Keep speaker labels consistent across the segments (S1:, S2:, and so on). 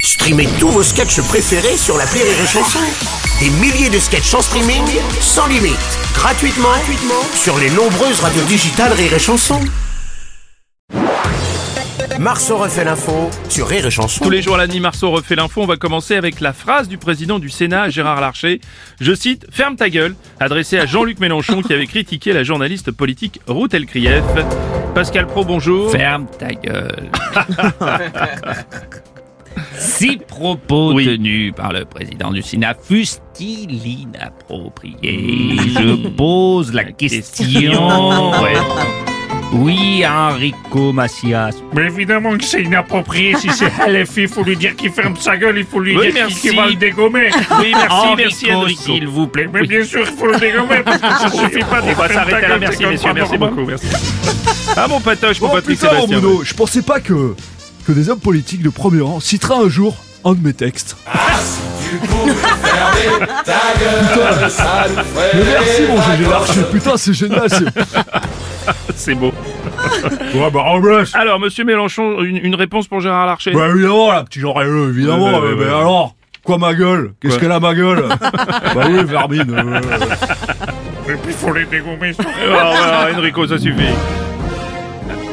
S1: Streamez tous vos sketchs préférés sur la Rire et Chanson. Des milliers de sketchs en streaming, sans limite, gratuitement, gratuitement sur les nombreuses radios digitales Rire et Chanson. Marceau refait l'info sur Rire et Chanson.
S2: Tous les jours à la nuit, Marceau refait l'info. On va commencer avec la phrase du président du Sénat, Gérard Larcher. Je cite Ferme ta gueule, adressée à Jean-Luc Mélenchon qui avait critiqué la journaliste politique Ruth Elkrief. Pascal Pro, bonjour.
S3: Ferme ta gueule. Six propos
S2: Oui.
S3: tenus par le président du Sénat fussent-ils inappropriés Je pose la question. Ouais. Oui, Enrico Macias.
S4: Mais évidemment que c'est inapproprié. Si c'est LFI, il faut lui dire qu'il ferme sa gueule, il faut lui
S2: Oui,
S4: dire qu'il-
S2: merci.
S4: qu'il va le dégommer.
S2: Oui, merci,
S3: Enrico,
S2: merci Enrico.
S3: s'il vous plaît.
S4: Mais bien sûr, il faut le dégommer parce que ça suffit pas de
S2: On va
S4: fermer ta
S2: s'arrêter là.
S4: gueule,
S2: Merci,
S4: c'est comme
S2: messieurs.
S4: pas
S2: Merci
S4: normal.
S2: beaucoup. Merci. Ah, mon patoche, mon
S5: Oh
S2: Patrick
S5: putain,
S2: Sébastien.
S5: Bruno, je pensais pas que, que des hommes politiques de premier rang citeraient un jour un de mes textes.
S3: Eh,
S5: Mais merci mon GG Larcher, putain c'est génial, c'est-
S2: C'est beau.
S5: Ouais bah en blesse
S2: Alors, monsieur Mélenchon, une, une réponse pour Gérard Larcher
S5: Bah évidemment là, petit genre rêveux, évidemment,
S2: Ouais, ouais,
S5: mais,
S2: ouais,
S5: mais
S2: ouais.
S5: alors Quoi ma gueule Qu'est-ce
S2: Quoi
S5: qu'elle a ma gueule Bah oui, Vermine. euh,
S4: Et puis, il faut les dégommer. surtout.
S2: Oh, voilà, Enrico, ça suffit.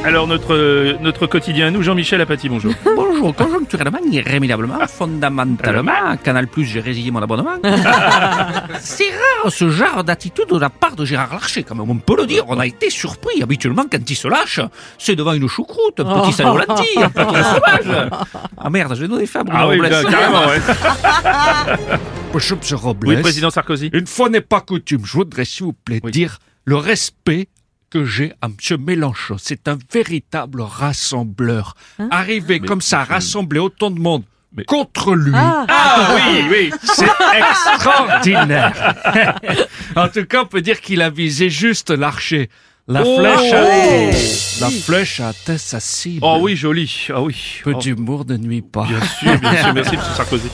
S2: Alors, notre, euh, notre quotidien à nous, Jean-Michel Apathy, bonjour.
S3: Bonjour, conjoncturellement, irrémédiablement, fondamentalement, Canal Plus, j'ai résilié mon abonnement. C'est rare ce genre d'attitude de la part de Gérard Larcher, quand même, on peut le dire. On a été surpris. Habituellement, quand il se lâche, c'est devant une choucroute, un petit salé au lentilles, un petit fromage. Ah merde, je vais donner faim, Bruno
S2: Ah oui,
S3: Robles.
S2: bien, carrément, ouais.
S3: Bonjour, monsieur Robles.
S2: Oui, président Sarkozy.
S3: Une fois n'est pas coutume, je voudrais s'il vous plaît
S2: Oui.
S3: dire le respect que j'ai à M. Mélenchon. C'est un véritable rassembleur.
S2: Hein
S3: Arriver comme ça, à rassembler autant de monde contre lui,
S2: Ah oui, oui.
S3: c'est extraordinaire. en tout cas, on peut dire qu'il a visé juste l'archer. La
S2: Oh,
S3: flèche a... La flèche a atteint sa cible.
S2: Oh oui, joli. Ah oui.
S3: Peu
S2: Oh,
S3: d'humour ne nuit pas.
S2: bien sûr, bien sûr. Merci, M. Sarkozy.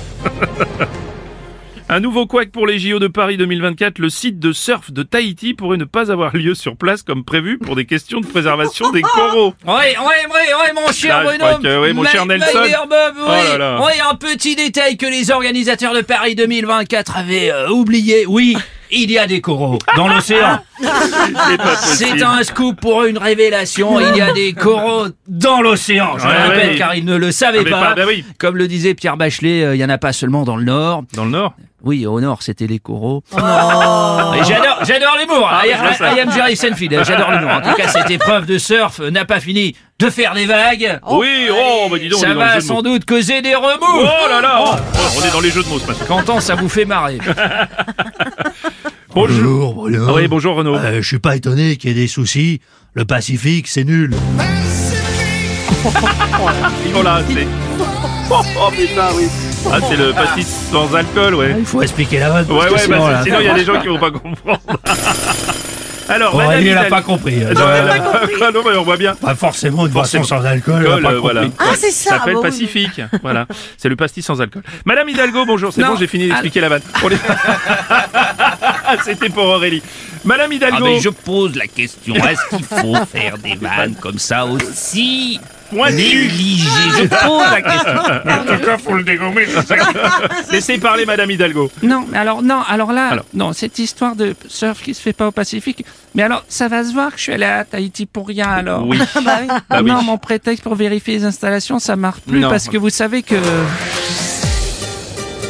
S2: Un nouveau couac pour les JO de Paris 2024. Le site de surf de Tahiti pourrait ne pas avoir lieu sur place comme prévu pour des questions de préservation des coraux.
S3: Oui, oui, oui, oui, mon cher
S2: Ah, je
S3: Bruno.
S2: crois que, oui, mon
S3: Ma-
S2: cher Nelson.
S3: Maillard Bob, oui.
S2: Oh là là.
S3: Oui, un petit détail que les organisateurs de Paris 2024 avaient euh, oublié. Oui, il y a des coraux dans l'océan.
S2: C'est pas possible.
S3: C'est un scoop pour eux, une révélation. Il y a des coraux dans l'océan. Je
S2: Ouais,
S3: le répète,
S2: ouais.
S3: car ils ne le savaient
S2: Ah, mais pas-
S3: pas.
S2: bah oui.
S3: Comme le disait Pierre Bachelet, euh, il y en a pas seulement dans le Nord.
S2: Dans le Nord
S3: Oui, au Nord, c'était les coraux. Et J'adore, j'adore l'humour.
S2: Ah,
S3: I,
S2: je vois ça.
S3: I am Jerry Seinfeld. J'adore l'humour. En tout cas, cette épreuve de surf n'a pas fini de faire des vagues.
S2: Oui, oh, bah dis donc, on
S3: Ça
S2: est dans les
S3: va
S2: jeux de mots.
S3: sans doute causer des
S2: Oh
S3: remous.
S2: là là oh. Oh, On est dans les jeux de mots ce matin.
S3: Quentin, ça vous fait marrer.
S2: Ah,
S6: Bonjour,
S2: Bonjour.
S6: Bruno.
S2: Ah oui, bonjour Renaud.
S6: Euh, je suis pas étonné qu'il y ait des soucis. Le Pacifique, c'est nul.
S2: Oh là, c'est... Oh, oh, putain, oui. Ah, c'est le pastis sans alcool, ouais.
S6: Il faut expliquer la vanne.
S2: Ouais,
S6: parce
S2: ouais,
S6: que sinon,
S2: bah, sinon,
S6: là,
S2: sinon, il y a des gens qui vont pas comprendre. Alors,
S6: Aurélie, elle Oh, a
S2: madame Hidalgo-
S6: pas compris. Euh,
S2: Non, elle a pas compris. Ah non, mais on voit bien.
S6: bah, forcément, une
S2: Forcément.
S6: boisson sans alcool, elle a
S2: Alcool,
S6: pas
S2: euh,
S6: compris.
S2: voilà.
S7: Ah, c'est ça,
S2: Ça s'appelle
S7: bah oui.
S2: Pacifique. Voilà. C'est le pastis sans alcool. Madame Hidalgo, bonjour. C'est
S3: Non.
S2: bon, j'ai fini d'expliquer
S7: ah.
S2: la vanne. On est- C'était pour Aurélie. Madame Hidalgo.
S3: Ah,
S6: Ah,
S3: pose la question. Est-ce qu'il faut faire des vannes comme ça aussi
S2: Pointu.
S3: Je pose la question.
S4: En tout cas, faut le dégommer. c'est ça.
S2: Laissez parler Madame Hidalgo.
S3: Non, mais alors non, alors là,
S2: Alors.
S3: non, cette histoire de surf qui se fait pas au Pacifique. Mais alors, ça va se voir que je suis allé à Tahiti pour rien alors. Ah
S2: Oui.
S7: Bah oui.
S2: Bah oui.
S3: non, mon prétexte pour vérifier les installations, ça marche plus
S2: Non.
S3: parce que vous savez que.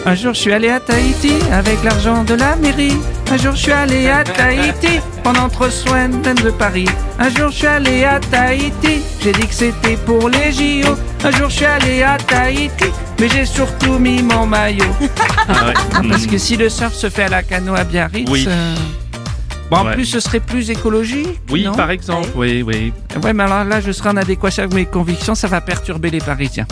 S3: Un jour, je suis allé à Tahiti avec l'argent de la mairie. Un jour, je suis allé à Tahiti pendant trois semaines même de Paris. Un jour, je suis allé à Tahiti. J'ai dit que c'était pour les JO. Un jour, je suis allé à Tahiti, mais j'ai surtout mis mon maillot.
S2: Ah ouais.
S3: Parce que si le surf se fait à la canoë à Biarritz.
S2: Oui.
S3: euh, Bon, en
S2: Ouais.
S3: plus, ce serait plus écologique.
S2: Oui,
S3: non
S2: par exemple. Oui, oui.
S3: Ouais, mais alors là, je serai en adéquation avec mes convictions, ça va perturber les Parisiens.